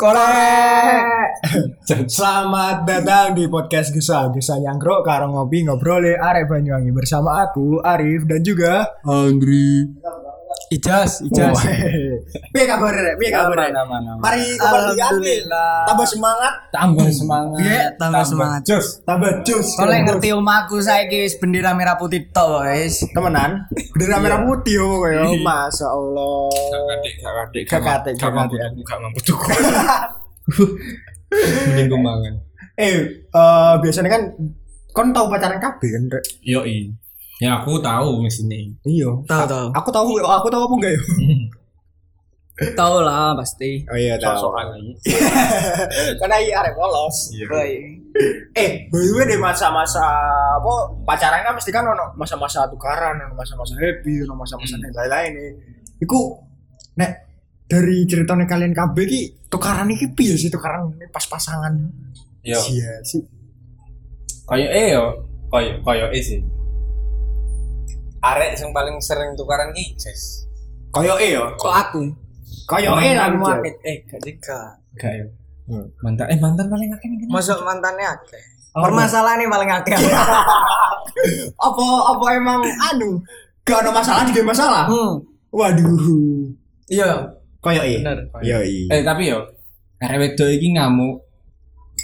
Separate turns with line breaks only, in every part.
Korek. Selamat datang di podcast Gesa Gesa Nyangkruk Karo Ngopi Ngobrol Arek Banyuwangi Bersama aku, Arif dan juga
Andri
Ijas,
Oh.
Ijas.
Piye kabar Rek? Piye kabar Rek?
Aman, aman, aman.
Mari kepercayaan
Alhamdulillah.
Tambah semangat
Tambah semangat.
Iya, tambah semangat.
Jos.
Tambah jus
Kalau ngerti omaku saiki wis bendera merah putih tok guys.
Temenan Bendera merah putih yo kowe yo. Masya Allah
Kakak, kakak,
Gak katik, gak
mampu
katik.
tuku, gak mampu tuku. Mending kumbangan.
Eh, eh, biasanya kan Kon tau pacaran KB kan Rek?
Yo i. Ya aku tahu di sini.
Iya
Tahu tahu.
Aku tahu, aku tahu apa enggak ya? yo?
Tahu lah pasti.
Oh iya
Sosokan lagi.
Karena iya arek polos.
Iya.
Eh, by the way di masa-masa apa pacaran kan mesti kan ono masa-masa tukaran, ono masa-masa happy, ono masa-masa yang lain-lain nih. Iku nek dari ceritanya kalian kabeh ki tukaran iki piye sih tukaran ini pas pasangan?
Yo.
Iya sih.
Koyo e yo. Koyo koyo e sih. Arek yang paling sering tukaran ki, Sis.
Koyoke yo.
Kok aku?
Koyoke lah
Aku
Cuk.
akeh. Eh, gak tiga.
Gak yo. Mantan eh mantan paling akeh nih.
Masuk mantannya akeh. Permasalahan yang paling akeh.
Apa apa emang anu gak ono masalah juga masalah.
Hmm.
Waduh.
Iya.
Koyoke.
Bener.
Yoi.
Eh tapi yo. Arek wedok iki ngamuk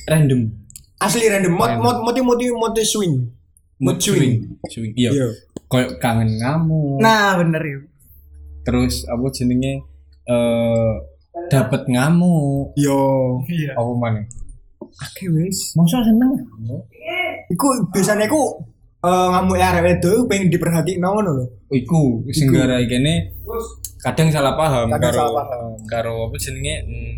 random.
Asli random mod
Random.
mod moti moti moti swing. Mood swing.
Swing. Iya. Koyo kangen ngamuk.
Nah, bener yo.
terus apa jenenge eh dapat ngamuk
Yo.
Iya.
apa mana
Oke Ya. wis.
masa seneng ngamuk
Iku biasanya iku eh ngamuk arek wedok pengen diperhatiin ngono lho.
iku sing
Iku.
gara kene kadang salah paham
Kadang
karo
salah paham.
karo apa jenenge mm,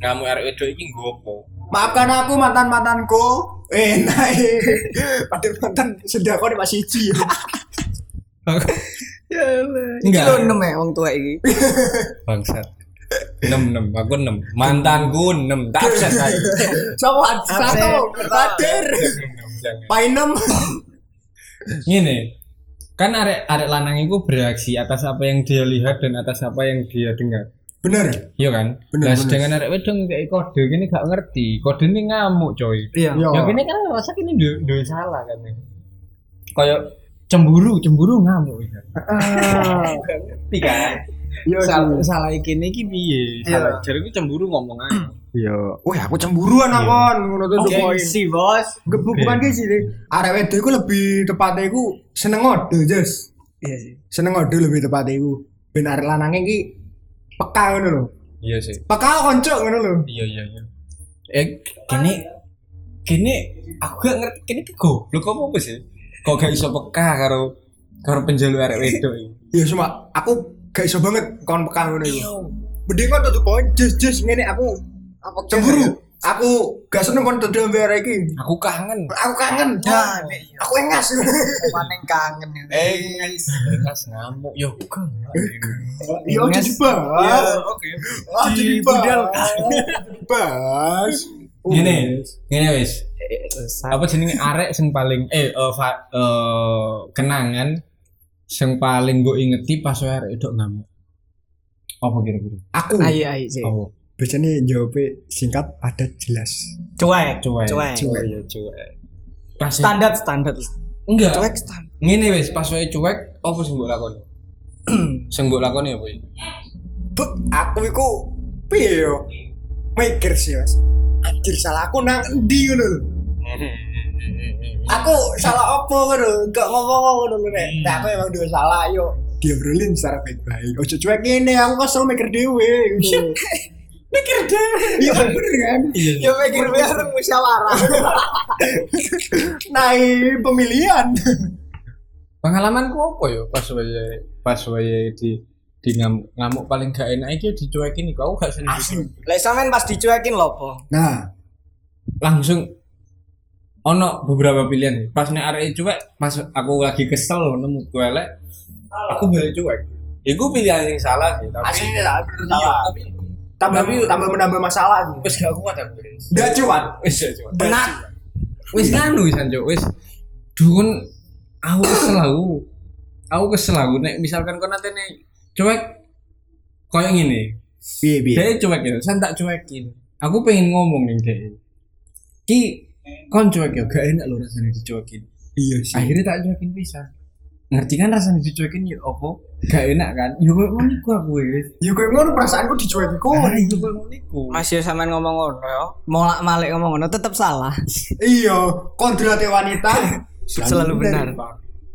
ngamuk arek wedok iki nggo apa
Maafkan aku mantan-mantanku. Eh, nah, eh. Padahal mantan sedang kok Mas Siji.
Ya Allah. Iki
Enggak.
lho enem ya wong tua iki.
bangsat 6 6 aku 6 mantanku 6 tak bisa saya
Sopo satu
Absen.
hadir. Painem.
ngene kan arek arek lanang itu bereaksi atas apa yang dia lihat dan atas apa yang dia dengar
Bener.
Iya kan?
Bener,
Nah,
bener.
sedangkan arek wedong kayak kode gini gak ngerti. Kode ini ngamuk, coy.
Iya.
Yo.
Ya gini kan rasa ini duwe duwe salah kan. Kayak cemburu, cemburu ngamuk ya.
Ah.
Gak ngerti kan?
Yo.
Salah salah iki iki piye?
Iya.
Salah jare iki cemburu ngomong aja.
Yo. Wah, aku cemburuan
Iya.
akon ngono tuh the point.
Gengsi, Bos.
Ge- bu- Bukan
Iya.
ki sih. Arek wedok iku lebih tepatnya iku seneng ngode, Jas.
Iya sih.
Seneng ngode lebih tepatnya iku. Ben arek lanange iki peka ngono lho.
Iya sih.
Peka konco ngono lho.
Iya iya iya. Eh gini gini aku gak ngerti gini ki goblok apa apa sih? Kok gak iso peka karo karo penjalu arek wedok iki.
Ya cuma aku gak iso banget kon peka ngono iku. Mending kon tutup poin jus jus ngene aku
Apa
cemburu. Aku gak seneng kon tutup ambil iki.
Aku kangen.
Aku kangen.
Ya, nek iya.
Aku engas.
Paling kangen. ya.
Eh, guys, Iya. kas ngamuk yo.
Ya
Engas.
ojo
Iya,
dibahas.
oke.
Ojo dibahas. Dibahas.
Ngene, ngene wis.
Selesai.
Apa jenenge arek sing paling eh eh, fa- eh, kenangan sing paling gue ingeti pas wae arek edok ngamuk. Apa kira-kira?
Aku
Ayo, ayo, sih.
Oh,
biasanya jawabnya singkat padat jelas.
Cuek,
cuek.
Cuek.
Oh, iya, cuek. Pas
Standar, standar.
enggak.
Cuek standar.
Ngene wis, pas wae cuek, apa sing mbok lakoni? sing mbok lakoni apa ya?
Bek, aku iku piye yo? Mikir sih, Mas. Anjir salah aku nang endi ngono lho. aku salah apa ngono gak ngomong ngono lho nek Nek aku emang dua salah yo dia berlin secara baik-baik ojo cuek ngene aku kesel mikir dhewe gitu mikir dhewe iya kan, bener kan
Ya mikir biar musyawarah.
naik pemilihan
Pengalamanku apa ya pas wae pas wae di di ngamuk, ngamuk paling gak enak iki ya dicuekin iku aku gak seneng.
Lek sampean pas dicuekin lho apa?
nah
langsung ono beberapa pilihan pas nek arek cuek pas aku lagi kesel nemu gue elek aku balik cuek Iku pilihan yang salah sih tapi
aslinya lah bener
Iya,
salah
tapi
tambah
Tapi-
tambah menambah masalah gitu
wis gak kuat aku wis
gak cuan
wis gak cuek
Benak.
wis nganu wis anjo wis dukun aku kesel aku aku kesel aku nek misalkan kau nanti nek cuek koyo ngene
Piye piye.
Dia cuek ya, saya tak cuekin. Aku pengen ngomong nih dia. Ki, kon cuek ya, gak enak lo rasanya dicuekin.
Iya sih.
Akhirnya tak cuekin bisa. Ngerti kan rasanya dicuekin ya opo? Gak enak kan? Yo kok ngono iku aku wis.
Ya kowe ngono perasaanku dicuekin
Oh,
kowe.
iku kok ngono iku.
Masih sampean ngomong ngono ya. Molak malik ngomong ngono tetep salah.
Iya, kodratnya wanita
Selalu benar.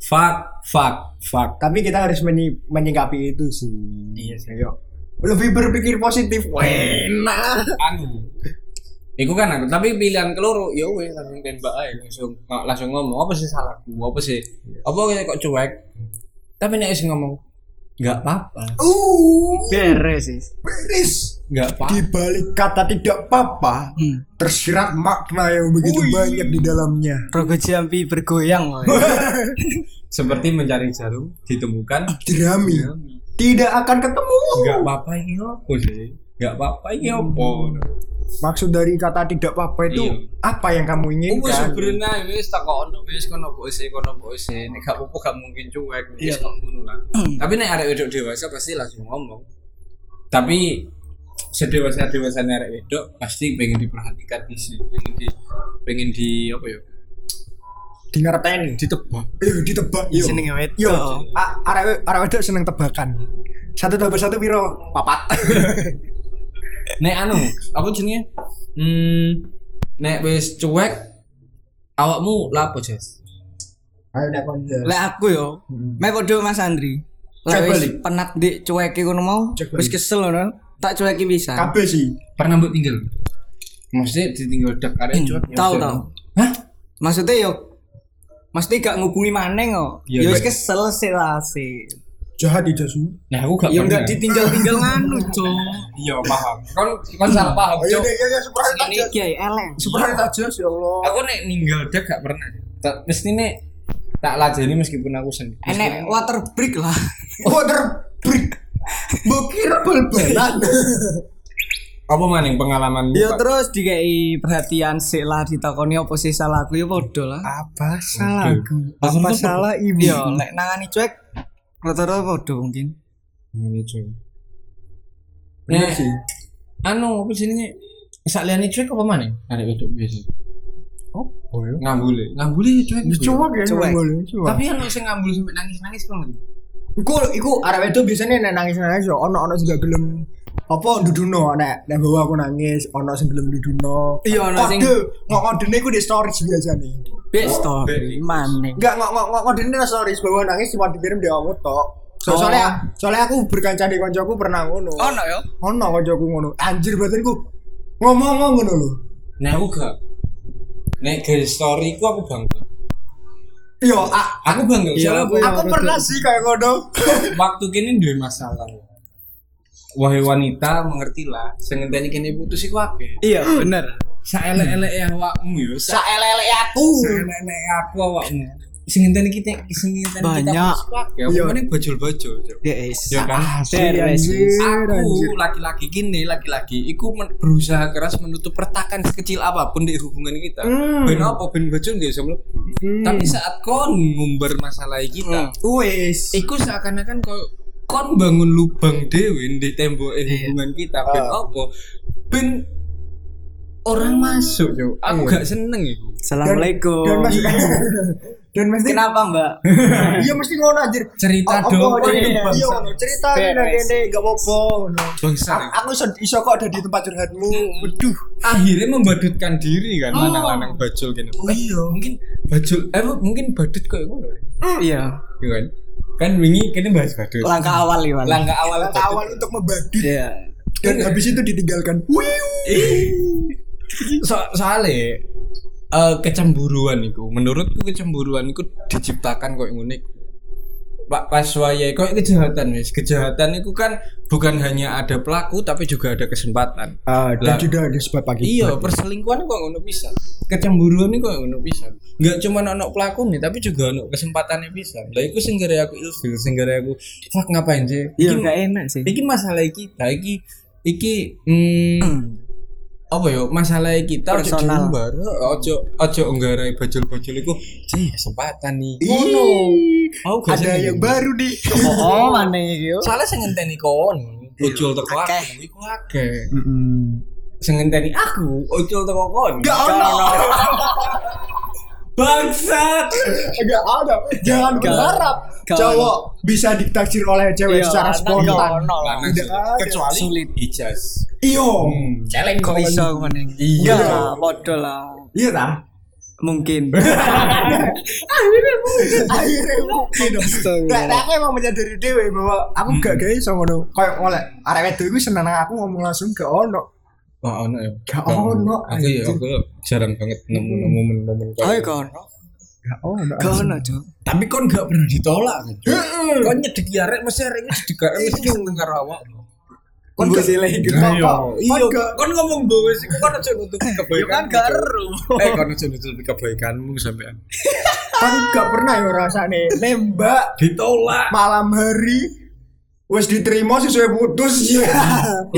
Fuck, fuck, fuck.
Tapi kita harus menyi- menyikapi itu sih.
Iya sih.
Ayo. Lebih berpikir positif. Enak.
Anu. Iku kan aku, tapi pilihan keloro ya wis langsung tembak aja langsung langsung ngomong apa sih salahku, apa sih? Apa kok cuek? Tapi nek wis ngomong nggak apa-apa.
Uh,
Beres sih.
beres.
Nggak apa-apa.
Di balik kata tidak apa-apa,
Hmm.
tersirat makna yang begitu banyak di dalamnya.
Rogo Jambi bergoyang woy.
seperti mencari jarum ditemukan
Jerami tidak akan ketemu.
nggak apa-apa ini apa sih nggak apa-apa ini apa
Maksud dari kata tidak apa-apa itu
Iya. Oh,
apa yang kamu
kan?
Aku wis
inginkan?
berenang, wis tak kok ono wis kono kok isi kono kok isi. Nek gak apa gak mungkin cuek
Iya.
wis kok ngono lah.
Hmm.
Tapi nek arek wedok dewasa pasti langsung ngomong. Tapi sedewasa dewasanya arek wedok pasti pengen diperhatikan di sini, pengen di pengen di apa ya?
Dingerteni.
Ditebak.
Iya, ditebak. Iya.
Jenenge wedok.
Yo, a- arek arek wedok seneng tebakan. Satu tambah satu piro? Papat.
Nek anu, apa jenenge? Hmm, nek wis cuek awakmu lapo, Jes?
Ayo nek kon.
Lek aku yo, mek podo Mas Andri. Lek
Cek
wis
balik.
penat dik cueki ngono mau,
Cek
wis
balik.
kesel ngono. Tak cueki bisa.
Kabeh sih.
Pernah mbok tinggal? Maksudnya ditinggal dek arek cuek. ya
Hmm, Tahu
udah.
tahu.
Hah?
Maksudnya yo Maksudnya gak ngubungi maneng kok.
Iya,
Ya wis
iya.
kesel sih lah sih.
Jahat di jasu.
Nah, aku gak
Ya
pernah.
enggak ditinggal-tinggal nganu, Cok.
Iya paham. Kon kon salah paham,
Ayo
Cuk.
deh, ya ya sepuluh
Ini
aja.
kiai eleng.
Sepuluh aja ya Allah.
Aku nek ninggal dek gak pernah. Tak mesti nek tak lajeni meskipun aku sendiri.
Enek water break lah.
Water break. Bukir bal-balan.
Apa maning pengalaman?
Ya terus dikai perhatian sih lah ditakoni apa sih salah aku ya podo lah.
Apa salahku?
Aku
Apa
tuh-
salah ibu?
Iya, lek nangani cuek rata-rata podo mungkin.
Ngene cuy. Iya, Nek
sih.
anu apa jenenge? Sak liyane cuek apa maning? Arek wedok biasa.
Oh, ya.
Ngambule. Ngambule cuek.
Ya, Cuek ya,
Cuek.
ngomong, cuek.
Tapi anu sing ngambul sampe nangis-nangis kok ngerti.
Iku iku arek wedok biasanya nek nangis-nangis yo ono ono sing gak gelem apa nduduno nek nek bawa aku nangis ono sing gelem nduduno.
Iya, ono sing-
Kode, ngok kodene iku di stories biasane.
Big story maning.
Enggak ngok ngok ngok kodene nang stories bawa nangis cuma dikirim di awak tok. So,
Oh.
soalnya soalnya aku berkanca di koncoku pernah ngono.
Ono yo.
Ono koncoku ngono. Anjir batinku ngomong-ngomong ngono lho.
Nah, aku gak. Nek gay story ku aku bangga.
Iya, a-
Aku bangga
Iya,
soalnya
aku
aku-
aku pernah sih kayak ngono.
waktu kini duwe masalah wahai wanita mengertilah sing ngenteni kene putus iku akeh
Iya, bener.
saelek-elek yang awakmu yo sa-
Saelele aku.
saelek-elek aku awakmu sing ngenteni kita sing ngenteni kita
Banyak.
putus iku akeh
Iya.
apa meneh bojol-bojol Cuk.
Yes.
ya kan
Beres. Ah,
aku laki-laki gini laki-laki iku men- berusaha keras menutup retakan sekecil apapun di hubungan kita
Hmm.
ben apa ben bojol nggak bisa mlebu
Hmm.
tapi saat kon ngumbar masalah kita
Wes.
Iku seakan-akan kau kon bangun lubang dewi di tembok hubungan kita ben
Iya. Ah.
apa ben orang masuk yo aku
Iya.
gak seneng iku
Assalamualaikum.
Dan gitu. mesti dan mesti
Kenapa, Mbak?
iya mesti ngono anjir.
cerita
Apa-
dong
apa-
iya, bangsa.
Oh, Iya, cerita
Beres.
kene kene gak apa-apa ngono.
bangsa
A- Aku iso iso kok ada di tempat curhatmu.
Waduh, akhirnya membadutkan diri kan lanang-lanang bajul gini. Eh,
Oh iya.
Mungkin bajul, eh bu, mungkin badut kok iku.
Iya.
Iya kan? Kan wingi kene bahas badut.
Langkah awal ya, Bang.
Langkah awal
Langkah
badut.
awal untuk membadut
Iya.
dan habis itu ditinggalkan. Wiu.
so soalnya eh, kecemburuan itu menurutku kecemburuan itu diciptakan kok unik Pak pas waya kok kejahatan wis kejahatan itu kan bukan hanya ada pelaku tapi juga ada kesempatan
dan
Lah.
juga ada sebab pagi.
iya perselingkuhan kok ngono bisa kecemburuan itu kok ngono bisa nggak cuma anak pelaku nih tapi juga anak kesempatannya bisa lah itu singgara aku ilfil singgara aku fuck ngapain sih
Iya,
Iki-
enggak enak sih.
iki masalah kita iki iki
Hmm.
mm, apa ya masalah kita ojo
Personal.
diumbar, ojo ojo nggarai bajul-bajul iku sih kesempatan nih
Ih,
ngono aku
Ada
gak seneng.
yang baru nih.
Oh, maning iki yo.
soalnya sing ngenteni kon ojol teko
Akeh.
aku iku akeh
Heeh.
sing ngenteni aku ojol teko kon
Gak ono.
bangsat
Gak ada. Jangan
Gak-
berharap
gak
cowok bisa ditaksir oleh cewek
Iya,
secara
lanang gak
spontan.
ono lah.
Lanang
Tidak ada.
Kecuali sulit.
ijas
Iya.
celeng
Kok iso meneng?
Iya.
Ya, Podo lah.
Iya ta?
Mungkin.
Akhirnya mungkin.
Astaga.
Nah, nah, aku emang menyadari dewe bahwa aku gak gak iso ngono. Kayak oleh arek wedok iku seneng nang aku ngomong langsung gak ono.
oh ono ya
Gak ono. Hmm.
aku ya aku jarang banget nemu nemu momen
Ayo kono.
Gak ono.
Kono, Cuk.
tapi kon gak pernah ditolak kan Cuk? kon ya, nyedeki arek mesti arek nyedeki arek mesti
Iya.
nyung karo awak
Kon gak sileh iki
Nah, iya.
Iya. Eh,
iya kon ngomong doa sih kon aja
kan
nutupi kebaikan
garu.
eh kon aja nutupi kebaikanmu sampean
Kon gak pernah yo rasane nembak
ditolak
malam hari wis diterima sesuai putus ya.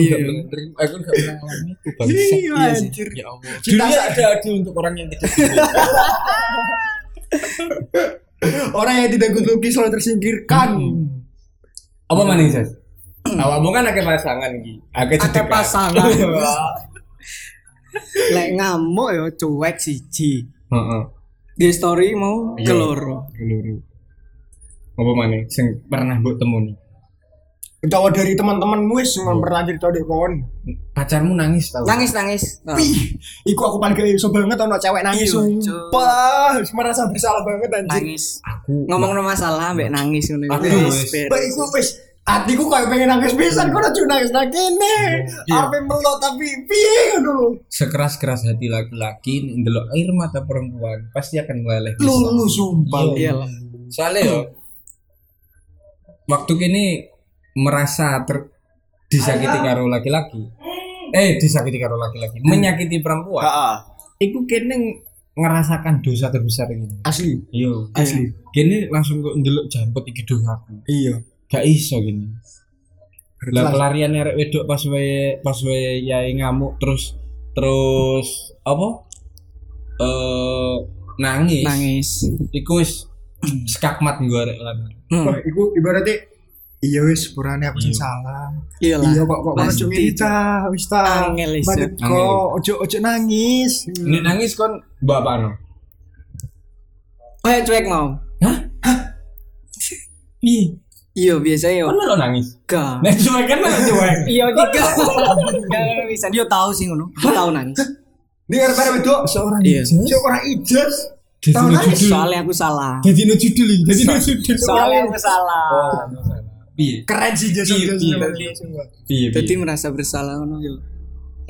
iya terima eh kon gak pernah ngalamin itu bangsa
Iya,
sih.
anjir.
ya Allah
Cinta
dunia
saya-
ada adil untuk orang yang tidak
Orang yang tidak good looking selalu tersingkirkan.
apa maning jas awakmu kan akeh pasangan iki akeh
Akeh
cedekan.
pasangan. Lek ngamuk ya cuek siji.
heeh
Di story mau
Iya.
keloro.
keluru apa maning sing pernah mbok temoni
Cowok dari teman-teman wis memperlanjut cowok di kon.
pacarmu nangis tau
Nangis nangis. Nah.
Ih, Iku aku paling gak iso banget ono cewek nangis
Iya,
sumpah. Merasa bersalah banget anjir.
Nangis.
aku
Ngomong no masalah mbek nangis ngono.
Aku
Wis,
wis.
beres.
Mbak iku wis atiku kayak pengen nangis pisan kok cuma nangis nang kene.
Iya.
Ape melot tapi piye ngono lho.
sekeras-keras hati laki-laki ndelok air mata perempuan pasti akan meleleh
Lulu sumpah.
Iya lah.
soalnya yo waktu kini merasa ter disakiti karo laki-laki eh disakiti karo laki-laki
Hmm.
menyakiti
Ah.
perempuan
Heeh.
itu kini ngerasakan dosa terbesar ini
Asli,
yo
asli.
kini langsung kok ndelok jambet iki dosaku
Iya.
gak iso gini lah
Kelas.
pelarian arek wedok pas wae pas wae yai ngamuk terus terus apa eh nangis
Nangis.
iku wis skakmat gue arek lanang
Wah,
Hmm.
iku ibaratnya iya wis purane aku sing
Iya.
salah.
Iya lah.
Iya kok kok kok
Pasti.
ojo ngita, wis ta.
Angel iya. iso.
Banget
Angel.
kok ojo ojo nangis.
Nek nangis kon mbak Pano.
Oh ya cuek mau.
Hah? Ih,
Iya biasanya yo.
kon malah nangis.
Gak.
Nek cuek kan malah cuek.
Iya tiga. Gak bisa. Dia tahu sih ngono. Dia tahu nangis.
Dia arep wedok seorang
Iya.
ijaz. Seorang ijaz.
Jadi
Tahu
no
nangis.
judul.
Soalnya aku salah.
Jadi no judul, ini, jadi no judul.
Soalnya aku salah.
Oh, no salah. Piye?
Keren sih ijaz.
Iya, iya. Piye?
Jadi merasa bersalah ngono yo.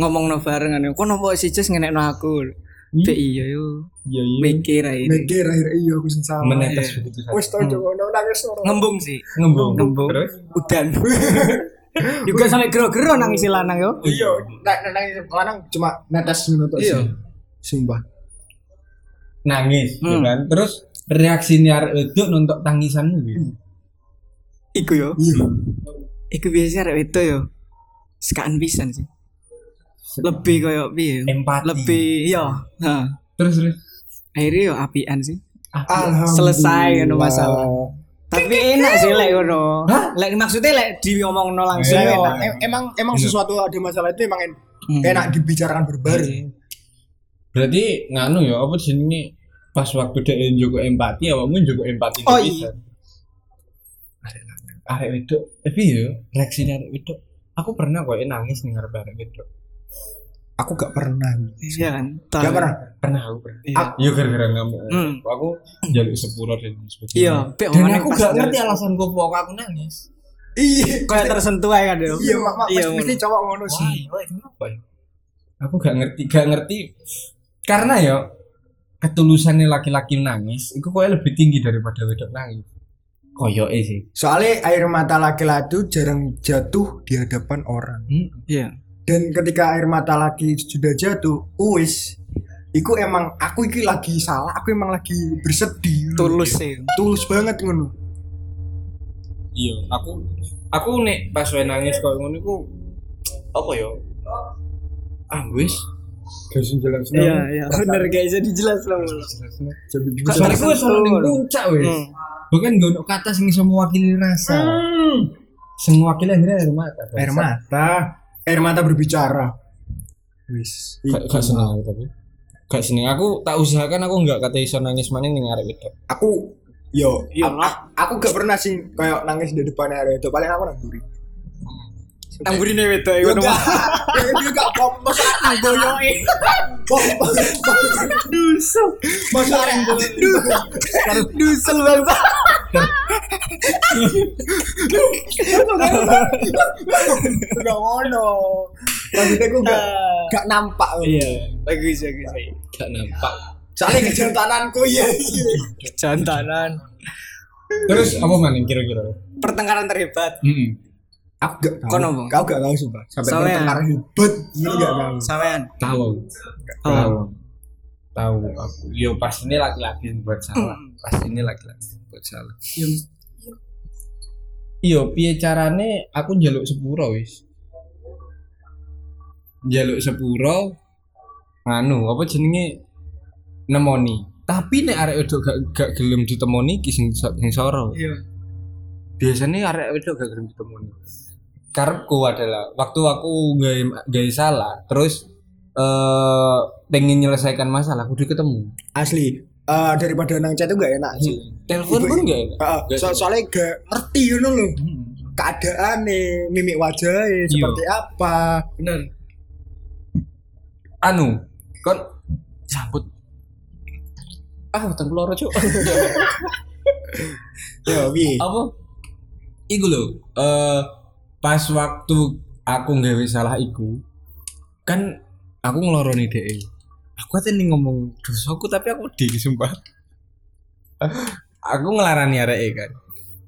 Ngomong no barengan yo. Kok nopo sih just ngenek no aku. Be iya yo.
Iya, iya.
Mikir aja.
Mikir akhir iya aku sing salah.
Menetes begitu saja.
Wis tau
Hmm.
ojo ono nangis ora.
Ngembung sih.
Ngembung.
Ngembung.
Terus?
Udan. Juga sampai gero-gero nangis si lanang yo.
Iya, nek nek nangis lanang cuma netes ngono tok
Iya.
sih. Sumpah.
Nangis, ya
Hmm.
kan? Terus reaksinya arek wedok nonton tangisanmu gitu.
Hmm. Iku yo.
Iya.
Iku biasanya rek itu yo. Sekaan pisan sih. Lebih koyo piye? yo.
Empati.
Lebih yo. Heeh.
Terus terus. Ah, iya.
akhirnya yo apian sih
Alhamdulillah.
Ah, selesai ngono masalah
Iya.
tapi enak sih lek ngono
Hah?
lek maksudnya lek diomongno langsung
Iya,
enak
em- emang emang sesuatu ada masalah itu emang en-
Iya. Hmm. Iya.
enak dibicarakan berbareng.
Berarti nganu ya apa jenenge pas waktu dia njogo empati awakmu njogo empati
Oh,
pisan.
iya.
Arek lanang. arek wedok Eh, iya tapi yo reaksine arek wedok aku pernah kok nangis ning ngarep arek wedok
Aku gak pernah.
iya kan Tol.
Gak pernah.
pernah aku pernah
Iya.
Ah, yo gara-gara ngamuk
Hmm.
aku jaluk sepuro dan sebagainya
iya pek
dan
omongan
aku
pas
gak
dari-
ngerti alasan kok kok aku nangis
Iya.
kayak tersentuh aja kan yo
Iya, mak mak
iya
mesti- mesti
ngono.
cowok ngono sih.
wah wah, kenapa ya aku gak ngerti gak ngerti karena yo ketulusannya laki-laki nangis itu kok lebih tinggi daripada wedok nangis koyo sih
Soalnya air mata laki-laki itu jarang jatuh di hadapan orang.
Hmm.
iya
Dan ketika air mata laki sudah jatuh, wis Iku emang aku iki lagi salah, aku emang lagi bersedih.
tulus sih
tulus banget ngono.
iya aku aku nek pas wae nangis kok ngono iku apa ya ah wis guys jalan
iya iya bener gak bisa dijelas loh Kok tersentuh
Soalnya gue selalu di
ngono.
puncak wes
Hmm.
Bukan gak ada kata sing iso mewakili rasa Semua wakilnya akhirnya Hmm. air mata.
air mata air mata berbicara wis
Gak, gak seneng aku tapi. Gak seneng aku tak usahakan aku gak kata iso nangis maning ning arek wedok.
aku yo a-
Iya, lah.
a- aku gak pernah sih kayak nangis di depan area itu paling aku nangguri
Amburine wedok iku
Yo gak ya dia gak pop masa
boyoke.
pop
Dusel.
masa area
Dusel bangsa.
Iya. gak ngono maksudnya aku gak gak nampak
Iya. Bagus bagus.
Gak nampak.
soalnya kejantananku ya
Kejantanan.
Terus apa maning kira-kira?
Pertengkaran terhebat.
Heeh.
aku gak tahu
Kono, Bang?
kau gak tahu sumpah sampai
Soalnya-
pertengkaran hebat ini gak tahu
Sampean.
Tahu.
Oh.
Tahu. Tahu aku. Yo pasti ini laki-laki yang buat salah. Pasti ini laki-laki yang buat salah. Yo piye carane aku njaluk sepuro wis. Njaluk sepuro anu apa jenenge nemoni. Tapi nek arek wedok gak gak gelem ditemoni ki sing sing soro.
Iya.
Biasanya arek wedok gak gelem ditemoni. Karepku adalah waktu aku gawe gawe salah terus eh pengen nyelesaikan masalah kudu ketemu.
asli eh, daripada nang chat itu gak enak
Hmm.
sih
Telepon pun ya? gak enak.
Heeh,
Gak Hmm.
so-
enak.
soalnya gak ngerti you know, loh keadaan nih mimik wajah ya,
Iya.
seperti apa
Bener.
anu kon sambut ah tentang loro cuk
ya wi
apa iku lho eh pas waktu aku nggawe salah iku kan aku ngeloroni dhek aku ate ning ngomong dosaku tapi aku di sumpah aku ngelarani areke kan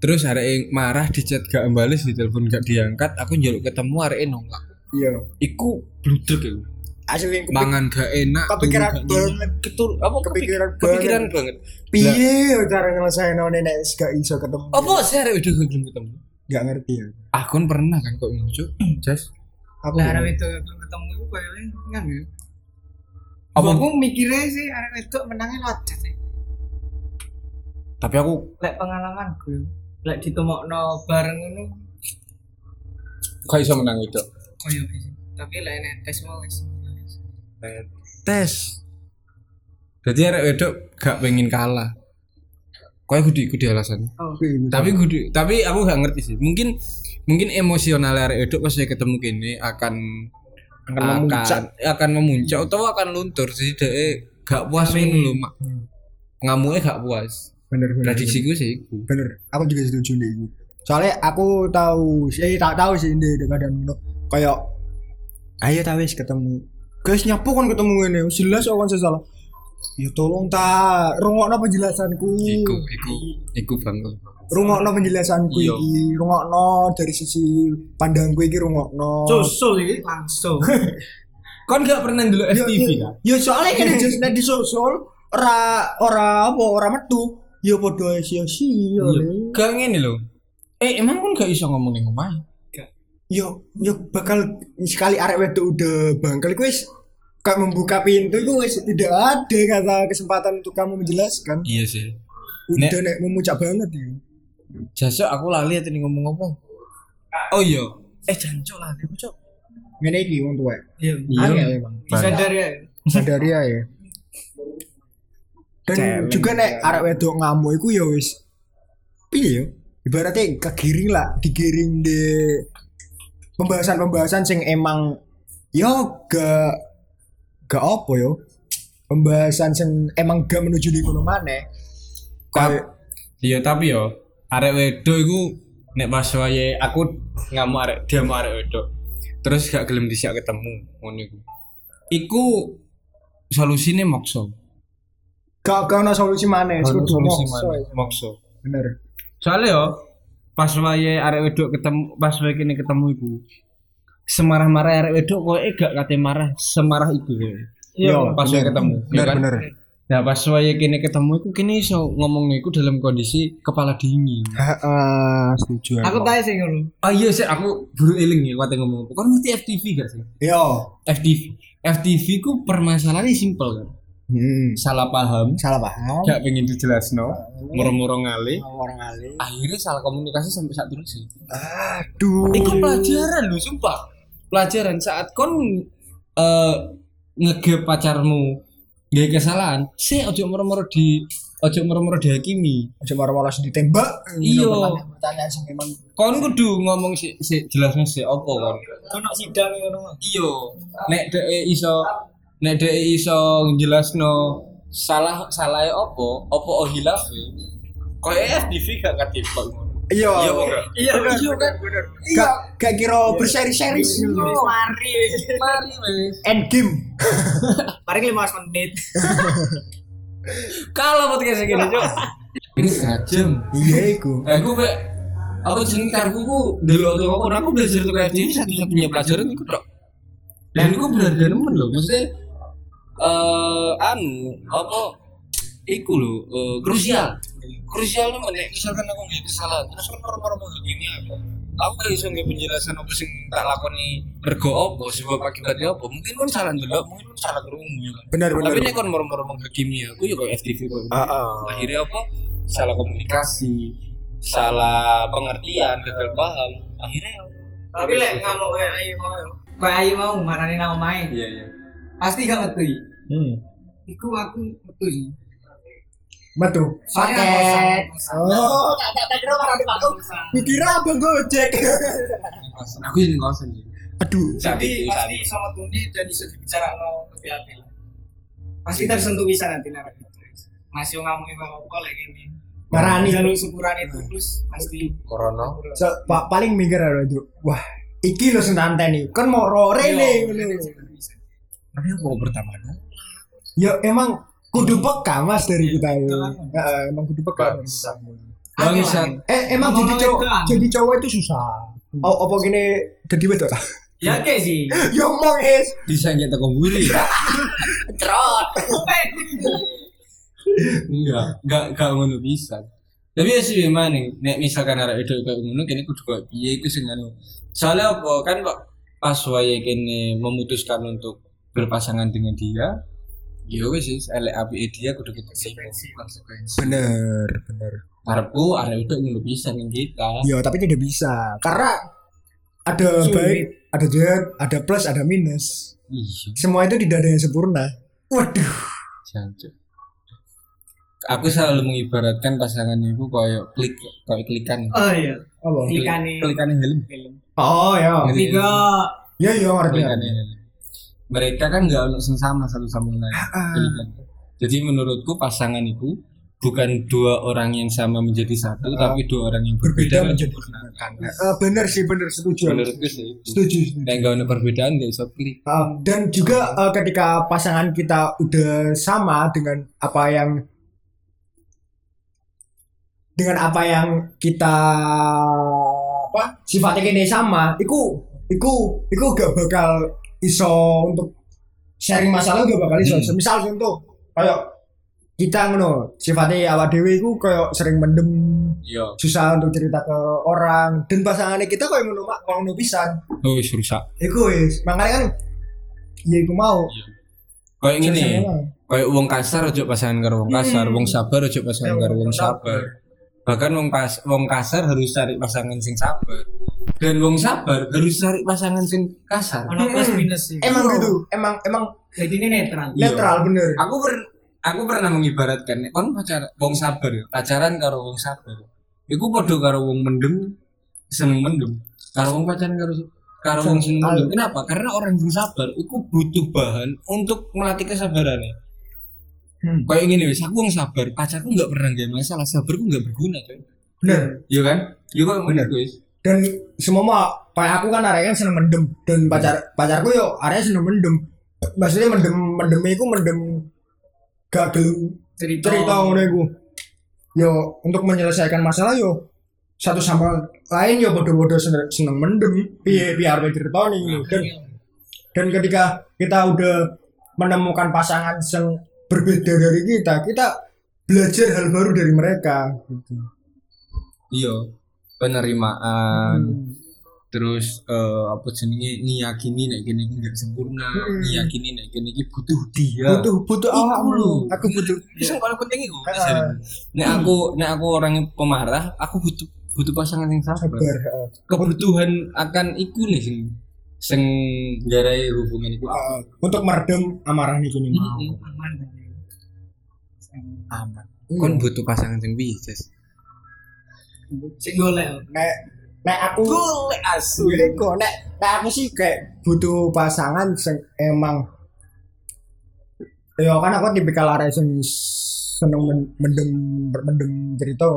terus areke marah di chat gak mbales di telepon gak diangkat aku njaluk ketemu areke nolak
iya
iku bludrek iku
asli aku
mangan gak enak
kepikiran
turun gak nyenyak.
banget
ketur apa
Kepikiran
kepikiran kepikiran banget
piye cara ngelesain none nek gak iso ketemu
apa sih hari udah gue belum ketemu
gak ngerti ya
ah kon pernah kan kok muncul jas
aku
Lah arek wedok belum ketemu iku koyo ngam ya.
Apa?
Apa aku mikirnya sih arek wedok menangnya lewat chat. ya.
tapi aku
Lek pengalamanku, lek ditemokno bareng ngono
gak bisa menang itu
koyo wis. Tapi lek nek tes mau wis.
tes jadi arek wedok gak pengen kalah kau gudi gudi alasannya
Oh.
tapi gudi tapi aku gak ngerti sih mungkin mungkin emosional arek wedok pas dia ketemu kini akan
Akan memuncak.
akan memuncak atau akan luntur sih deh gak puas ini lho mak ngamuknya gak puas
bener bener
prediksi gue sih iku.
bener aku juga setuju nih soalnya aku tahu eh tak tahu sih ini daripada menurut kayak ayo ta wis ketemu guys nyapu kan ketemu ngene wis jelas aku kan salah ya tolong ta rungokno penjelasanku
iku iku iku bangku
rungokno penjelasanku
Iya.
iki rungokno dari sisi pandangku iki rungokno
Susul iki langsung.
Kon gak pernah dulu
Yo,
FTV
yo,
kan?
yo soalnya kan just nek disusul ora ora apa ora metu ya padha
Iya.
sia-sia le.
Gak ngene lho. Eh emang kon gak iso ngomong ning omah?
yo yo bakal sekali arek wedok udah bangkel iku wis kayak membuka pintu itu wis tidak ada kata kesempatan untuk kamu menjelaskan
Iya sih.
udah
Nek-
nek memuncak banget ya
Jasuk aku lali ati ning ngomong-ngomong. Oh iya. Eh jancuk lali aku cok.
ngene iki wong tuwek
Iya.
angel emang
Sadar ya.
sadari ya dan
Challenge.
juga nek arek wedok ngamuk iku ya wis piye yo ibaratnya kegiring lah digiring di pembahasan-pembahasan sing emang yo gak gak apa yo pembahasan sing emang gak menuju di kono maneh Kayak-
Iya tapi yo arek wedok iku nek pas wayahe aku ngamuk arek dia mau arek wedok. Terus gak gelem disiak ketemu ngono iku. Iku solusine mokso.
gak gak ono solusi maneh
Ono
kudu
solusi
mokso
maneh,
ya.
Mokso.
bener
soalnya yo pas wae arek wedok ketemu pas wae kene ketemu iku semarah-marah arek wedok kowe gak kate marah semarah iku kowe.
Yo,
pas wae
bener.
ketemu
Iya.
ya
bener
kan?
bener
nah pas wae kene ketemu iku kene iso ngomong iku dalam kondisi kepala dingin
Heeh, setuju
Aku tahu sih ngono.
oh iya sih aku buru eling ya kate ngomong apa kan ngerti FTV gak sih
yo
FTV FTV ku permasalahannya simpel kan
Hmm.
salah paham
Salah paham.
gak pengen dijelas no murung-murung ngalih
Orang kali.
akhirnya salah komunikasi sampai saat terus sih
Aduh.
Iku kan pelajaran lu sumpah. Pelajaran saat kon eh ngegep pacarmu gak kesalahan, sih ojo moro-moro di ojo moro-moro dihakimi.
Cuma orang-orang sedih tembak.
Iya.
Pertanyaan- Pertanyaan sih memang.
Kon kudu ngomong sih si, jelasnya sih opo kon.
Kau nak sidang ya nong.
Iya, nek dhek e iso nek dhek e iso njelasno salah salahe opo, opo ohilafe. Koe FDV gak katipak ngono.
Iya.
Iya, Bang.
Iya bener.
Iya, kan?
Gak gak kira berseri-seri.
Mari.
Mari wes.
End game.
Paling 15 menit.
Kalah podcast gini, Cuk. Ini jam.
Iya iku.
Eh, gue kayak apa jeneng karku ku delok tuh aku aku belajar tuh kayak gini satu-satunya pelajaran iku tok. Dan iku berharga nemen loh, maksudnya eh anu apa iku lho eh, krusial. Krusial nemen nek misalkan aku nggak kesalahan terus kan orang-orang mau gini aku. Aku gak iso nggak penjelasan apa sing tak lakoni mergo apa sebab akibatnya apa. Mungkin kan salah delok, mungkin kan salah krungu ya kan.
Benar benar.
Tapi nek kon moro-moro menghakimi aku ya kayak FTV kok
Heeh.
akhirnya apa salah komunikasi salah pengertian gagal paham akhirnya
Tapi lek ngamuk kayak ayu mau. Kayak ayu mau marani nama main.
iya iya
Pasti gak metu. i.
Hmm.
Iku aku metu. i.
Metu.
Soalnya
Paket.
bosan, bosan.
Oh.
Oh, Tak tak tak kira marani Pak Kong.
Mikir abang gojek.
aku jadi ngosen sih
Aduh.
Tapi pasti iso metune dan iso dibicarakan lebih apik. Pasti tersentuh bisa nanti narik itu. Masih ngamuk apa lagi ini.
Marani.
jalur syukuran itu terus pasti
corona
So, pa- paling mikir ada itu. Wah, iki lo sentanteni. Kan mau rore nih.
tapi aku mau pertama
Ya emang kudu peka mas dari kita ya. Heeh, emang kudu peka.
bangsat
Eh emang jadi
Ngomong
cowok
wedoan.
jadi cowok itu susah. Oh, apa gini jadi wedok ta?
Ya kayak sih.
Ya omong es.
bisa ya? nggak tak kumpuli
Cerot.
enggak enggak enggak Iya. ngono bisa tapi ya sih mana nek misalkan ada itu kayak ngono kini kudu kayak iya itu sih anu soalnya apa kan pak pas waya kini memutuskan untuk berpasangan dengan dia ya wes sih elek api dia kudu kita sih konsekuensi
Bener, bener.
harapku ada itu ngono bisa nih kita
Ya tapi tidak bisa karena ada baik, ada jelek, ada plus, ada minus.
iya
Semua itu tidak ada yang sempurna. Waduh.
jancuk aku selalu mengibaratkan pasangan itu kayak klik kayak klikan
Oh iya.
Apa?
Klikan nih.
klikan yang helm
Oh ya.
Ngerti
Tiga.
Ya ya ngerti.
Pelikan ya. Mereka kan nggak ono sing sama satu sama lain. Pelikan. Jadi menurutku pasangan itu bukan dua orang yang sama menjadi satu, tapi dua orang yang
Berbeda
berbeda,
menjadi
menyempurnakan.
Eh, bener sih, bener setuju.
Menurutku sih. itu.
Setuju. setuju.
Nek nggak ono perbedaan nggak bisa pilih.
Uh, dan juga uh, ketika pasangan kita udah sama dengan apa yang dengan apa yang kita apa sifatnya kini sama, iku iku iku gak bakal iso untuk sharing masalah gak bakal iso.
Hmm.
Semisal contoh kayak kita ngono sifatnya ya awak dewi iku kayak sering mendem
Iya.
susah untuk cerita ke orang dan pasangannya kita kayak ngono mak kayak ngono pisan
Oh, wis rusak.
Iku wis, makanya kan ya iku mau. Iya,
Kayak Iya. gini,
Selesai lah.
kayak wong kasar ojo pasangan karo wong kasar,
Hmm.
wong sabar ojo pasangan karo wong sabar. Bahkan wong pas wong kasar harus cari pasangan sing sabar. Dan wong sabar harus cari pasangan sing kasar.
Ono plus minus sih.
Hmm. Emang gitu, emang emang
Jadi ini netral.
Iya.
netral bener.
aku per aku pernah mengibaratkan nek kon pacar wong sabar ya, pacaran karo wong sabar iku padha karo wong mendem seneng mendem karo wong pacaran karo karo wong seneng mendem kenapa karena orang yang sabar iku butuh bahan untuk melatih kesabarannya
Hmm.
kayak gini wis aku wong sabar pacarku nggak pernah gak masalah sabarku nggak berguna coy
Bener.
iya kan iya kan bener guys
Dan semua mah kayak aku kan area seneng mendem
Iya.
dan pacar pacarku yo area seneng mendem. Maksudnya mendem mendem iku mendem gak gelem
Cerita.
cerita ngono iku. Yo untuk menyelesaikan masalah yo satu sama lain yo bodoh-bodoh seneng, seneng mendem Iya, piye piye arep
Nah,
ceritani dan dan ketika kita udah menemukan pasangan yang berbeda dari kita kita belajar hal baru dari mereka gitu. Hmm.
iya penerimaan terus eh, apa jenenge niyakini nek kene iki gak sempurna
Mm.
niyakini nek kene iki butuh dia
butuh butuh
Ya. Iku
awakmu.
lho.
aku butuh
itu yang paling penting iku
Heeh.
Mas. nek aku nek aku orang yang pemarah aku butuh butuh pasangan yang sabar
sabar heeh.
kebutuhan akan iku nih sing sing garai hubungan iku
Heeh. eh, untuk meredam amarah nih gini
Mm-mm.
aman kan ya? dan
aman
Hmm.
kon butuh pasangan sing piye Jas?
sing golek
nek nek aku
golek asu
Iya, iku. nek nek aku sih kayak butuh pasangan sing emang ya kan aku tipikal arek sing seneng men- mendem mendem cerita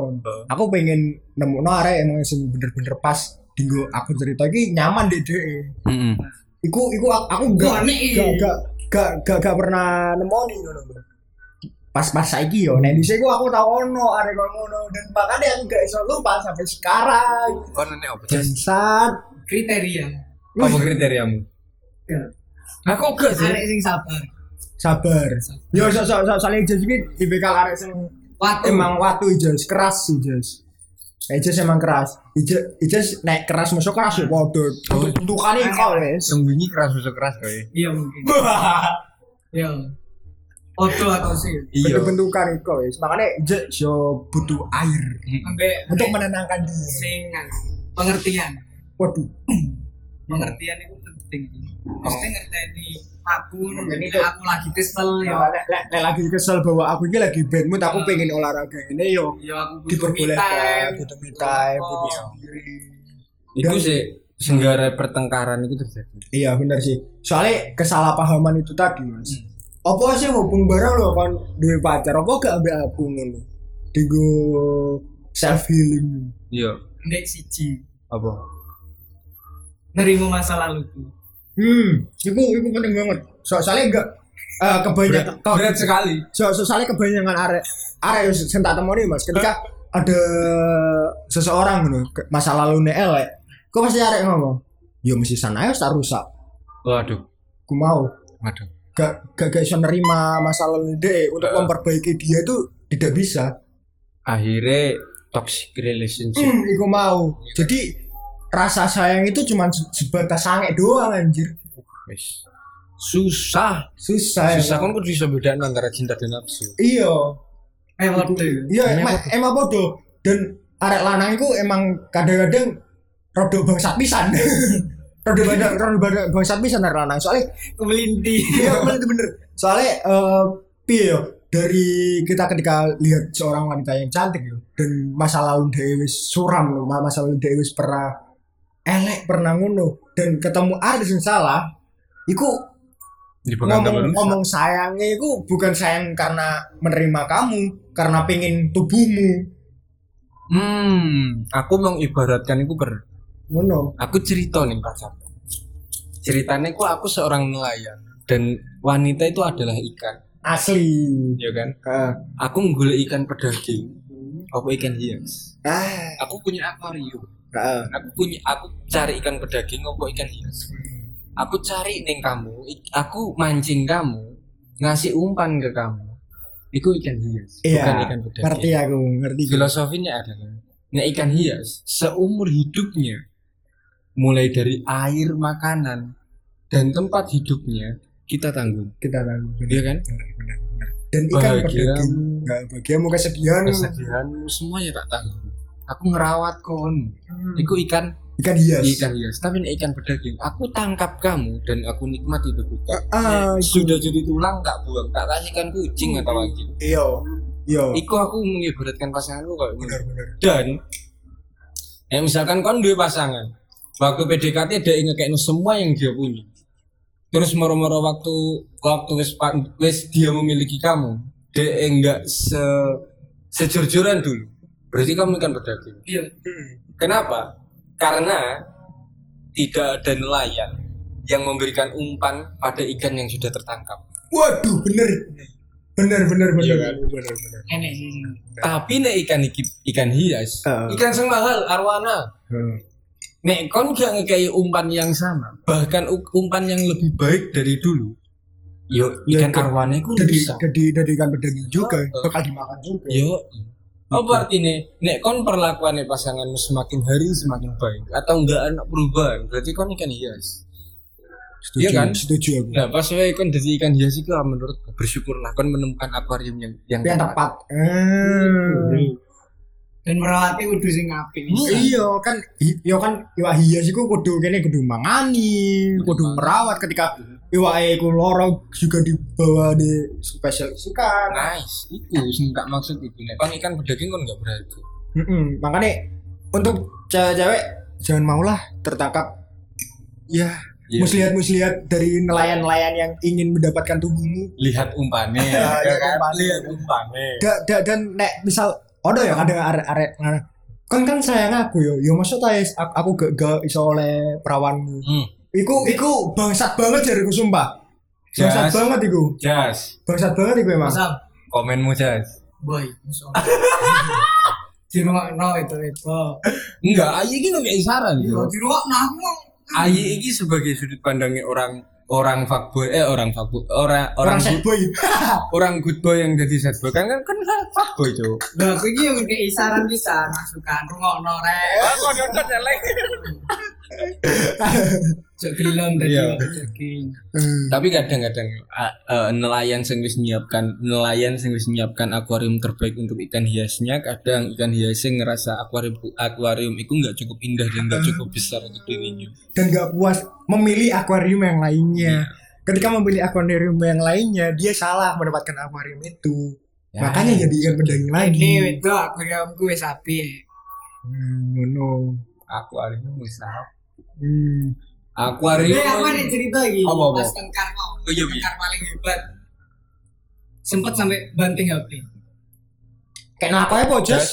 aku pengen nemu arek emang sing bener-bener pas dinggo aku cerita iki nyaman deh deh iku iku a- aku
Wah,
gak
nek iki.
gak gak gak gak, gak pernah nemoni ngono lho. pas pas saiki yo nek dhisik ku aku tau ono arek koyo ngono dan makanya aku gak iso lupa sampai sekarang
kon nek apa Jas?
Jansat
kriteria
apa kriteriamu aku gak
Iya.
sih
arek sing sabar
sabar yo sok sok sok soalnya Ijaz ini tipikal arek sing
waktu
emang watu Ijaz keras Ijaz Ijaz emang keras Ijaz Ijaz nek keras masuk keras ya waduh tentukan ini kau les
sing wingi keras susah keras kowe
iya mungkin iya Oto atau sih
iya
bentukan ini kau les makanya Ijaz yo butuh air
ambek
untuk menenangkan diri
sing pengertian
waduh
pengertian itu penting mesti ngerteni aku
Hmm,
ngerteni
itu.
aku lagi kesel
Ya,
ya
lek- lek lek lagi kesel bahwa aku ini lagi bad mood aku
Hmm.
pengen olahraga ini yo
ya aku butuh me time
diperbolehkan butuh me time
apa.
butuh sendiri
Iku sih senggara pertengkaran itu terjadi.
Iya benar sih. Soalnya kesalahpahaman itu tadi mas. Apa sih ngubung barang lo kan duwe pacar? Apa gak ambil aku ngono? Digo self healing.
Iya.
Ndek siji
Apa?
nerima masa laluku
Hmm, itu itu penting banget. So, soalnya enggak eh, kebanyakan
Berat sekali.
so, so- soalnya kebanyakan arek arek yang sing tak temoni mas. Ketika ada seseorang ngono ke- masa lalu elek, kok pasti arek ngomong, yo mesti sana ya tak rusak.
Waduh.
Ku mau
Waduh.
gak gak gak bisa nerima masalah dia untuk
Heeh.
memperbaiki dia itu tidak bisa
Akhirnya toxic relationship.
Hmm, iku mau jadi rasa sayang itu cuma se- sebatas sange doang anjir
Wis. Susah.
susah
Susah
emang.
kan kudu bisa bedain antara cinta dan nafsu.
iya
lewat deh
iya
Emang
emang emang bodoh dan arek lanang iku emang kadang-kadang rodo bangsat pisan rodo bangsat rodo bangsa- bangsat pisan arek lanang soalnya
kemelinti
iya bener bener soalnya eh piye yo, dari kita ketika lihat seorang wanita yang cantik yo, dan masa lalu dia wis suram loh masa lalu dia wis pernah elek pernah ngono dan ketemu artis yang salah iku
Di
ngomong, ngomong sayangnya iku bukan sayang karena menerima kamu karena pengen tubuhmu
Hmm, aku mengibaratkan itu ber
ngono
aku cerita nih pacar ceritanya aku aku seorang nelayan dan wanita itu adalah ikan
asli
ya kan
Heeh.
aku menggulai ikan pedaging apa ikan hias
ah
aku punya akuarium
heeh.
aku punya aku cari ikan pedaging apa ikan hias aku cari neng kamu ik- aku mancing kamu ngasih umpan ke kamu itu ikan hias
Iya,
bukan ikan pedaging
ngerti aku ngerti
filosofinya adalah nek ikan hias seumur hidupnya mulai dari air makanan dan tempat hidupnya kita tanggung
kita tahu
ya kan
dan ikan
Bahagia.
pedaging nggak bahagiamu kesedihan
kesedihanmu semuanya tak tanggung aku ngerawat kon
Hmm.
itu ikan
ikan hias.
ikan hias Iya, tapi nek ikan pedaging aku tangkap kamu dan aku nikmati berbuka
Ah,
sudah jadi tulang tak buang tak kasihkan kucing atau anjing
iya. Iya.
Iku aku mengibaratkan pasanganku kayak gitu.
Bener bener.
dan eh, misalkan kon dua pasangan waktu PDKT dia ngekekno semua yang dia punya terus moro-moro waktu waktu wis, pa- wis dia memiliki kamu dia enggak se sejurjuran dulu berarti kamu ikan gitu. pedaging
iya
Kenapa? Karena tidak ada nelayan yang memberikan umpan pada ikan yang sudah tertangkap.
Waduh, bener. Bener bener bener.
Iya kan?
Bener bener.
enek sih
Tapi nek ikan iki- ikan hias,
Heeh.
ikan sing mahal arwana.
Hmm.
Nek kon gak ngekei umpan yang sama, bahkan u- umpan yang lebih baik dari dulu. Yo ikan
Ya,
arwana itu
Jadi
bisa.
jadi jadi ikan pedaging juga Iya,
Heeh.
bakal dimakan juga.
Yo Apa artinya? Nek kon perlakuan pasanganmu semakin hari semakin baik atau enggak anak perubahan, berarti kon ikan hias. Iya kan?
Setuju aku.
Nah, pas wae kon dadi ikan hias iku lah menurutku bersyukurlah kon menemukan akuarium yang yang,
Yang tepat. Eh.
dan merawati kudu sing apik
Iya kan, i- iya kan, iwa hias iku kudu kene kudu mangani, kudu merawat ketika iwa iku lorong juga dibawa di spesial sukan.
Nice, itu sing tak maksud itu. Nek kon ikan berdaging kon enggak berarti.
Mm-mm, makanya untuk cewek-cewek jangan maulah tertangkap ya
Iya.
muslihat-muslihat dari nelayan-nelayan yang ingin mendapatkan tubuhmu.
Lihat umpannya,
Ya,
ya
lihat
kan?
umpannya.
Lihat umpannya.
Da, da- dan nek misal ono ya ada arek arek kan kan sayang aku yo yo maksud ae aku, aku gak gak iso oleh perawanmu
Hmm.
Iku iku bangsat banget jariku sumpah. Bangsat
Yes.
banget iku.
Jas,
Bangsat banget iku emang.
Masam,
komenmu Jas.
boy musuh. di rumah no itu itu
Enggak, ayi iki nggak isaran
Yo, di rumah no aku mau
Ayi ini sebagai sudut pandangnya orang orang fuckboy eh orang fuckboy orang
Orang
orang orang,
sad
good,
boy.
orang good boy yang jadi sad boy kan kan kan fuckboy cuk.
Lah, aku iki yang kayak isaran bisa masukan rumah no rek cek film dari
Iya.
daging
Eh.
Tapi kadang-kadang a- eh, nelayan sing wis menyiapkan nelayan sing wis menyiapkan akuarium terbaik untuk ikan hiasnya kadang ikan hiasnya ngerasa akuarium akuarium itu nggak cukup indah dan
Hmm.
nggak cukup besar untuk dirinya.
Dan gak puas memilih akuarium yang lainnya. Ketika memilih akuarium yang lainnya, dia salah mendapatkan akuarium itu.
Ya.
Makanya jadi ikan pedaging lagi.
ini
Hmm.
itu akuariumku wis apik
Hmm, no.
Akuarium wis apa?
Hmm.
Akuarium.
Eh, aku ada cerita lagi.
Iya. Apa, apa?
Pas tengkar kok.
Oh, iya, iya.
Tengkar paling hebat. Sempet sampai banting HP.
Kayak apa ya, Jos?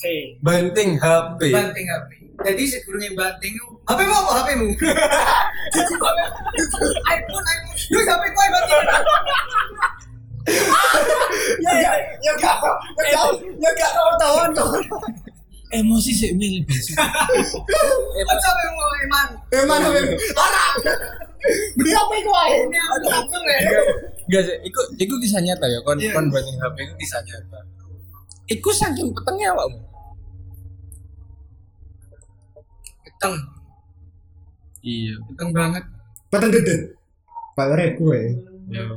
Si.
Banting HP.
Banting HP. Jadi sebelumnya banting, HP mau apa HP mu? ya, iPhone, iPhone. Lu sampai kau banting.
Ya ya ya gak ya gak ya gak tahu tahuan kok.
Emosi sih mil besok.
Kau sampai mau eman.
Eh mana Beb? Orang. Beli apa iku ae?
Ini aku satu ya.
Enggak sih, iku iku kisah nyata ya, kon
Iya.
kon banding HP iku kisah nyata. Iku saking petengnya awakmu.
Keteng,
Iya.
keteng banget.
Peteng dedet. Pak Rek gue.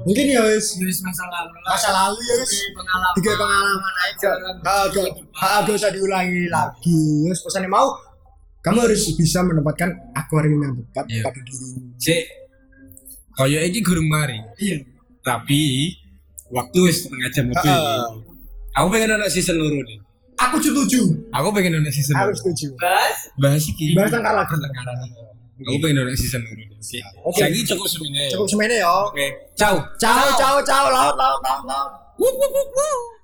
Mungkin ya wis
Serius masa lalu lah.
masa lalu ya wis.
Ini Pengalaman.
tiga pengalaman aja
Iya.
ah gak ah, gak usah diulangi lagi terus pesannya mau kamu harus bisa menempatkan akuarium yang tepat
Iya.
pada dirimu
Cek. Kaya iki gurung mari,
Iya.
tapi waktu wis setengah jam lebih. Aku pengen anak season loro nih.
aku setuju
Aku pengen anak season
aku
loro.
setuju
Bas.
Bahas iki.
Bahas tentang kalah.
Pertengkaran. Aku pengen anak season loro. Oke.
Oke.
Saiki cukup semene.
cukup semuanya ya
Oke. Ciao.
ciao ciao ciao laut laut laut laut
Wup, wup, wup, wup.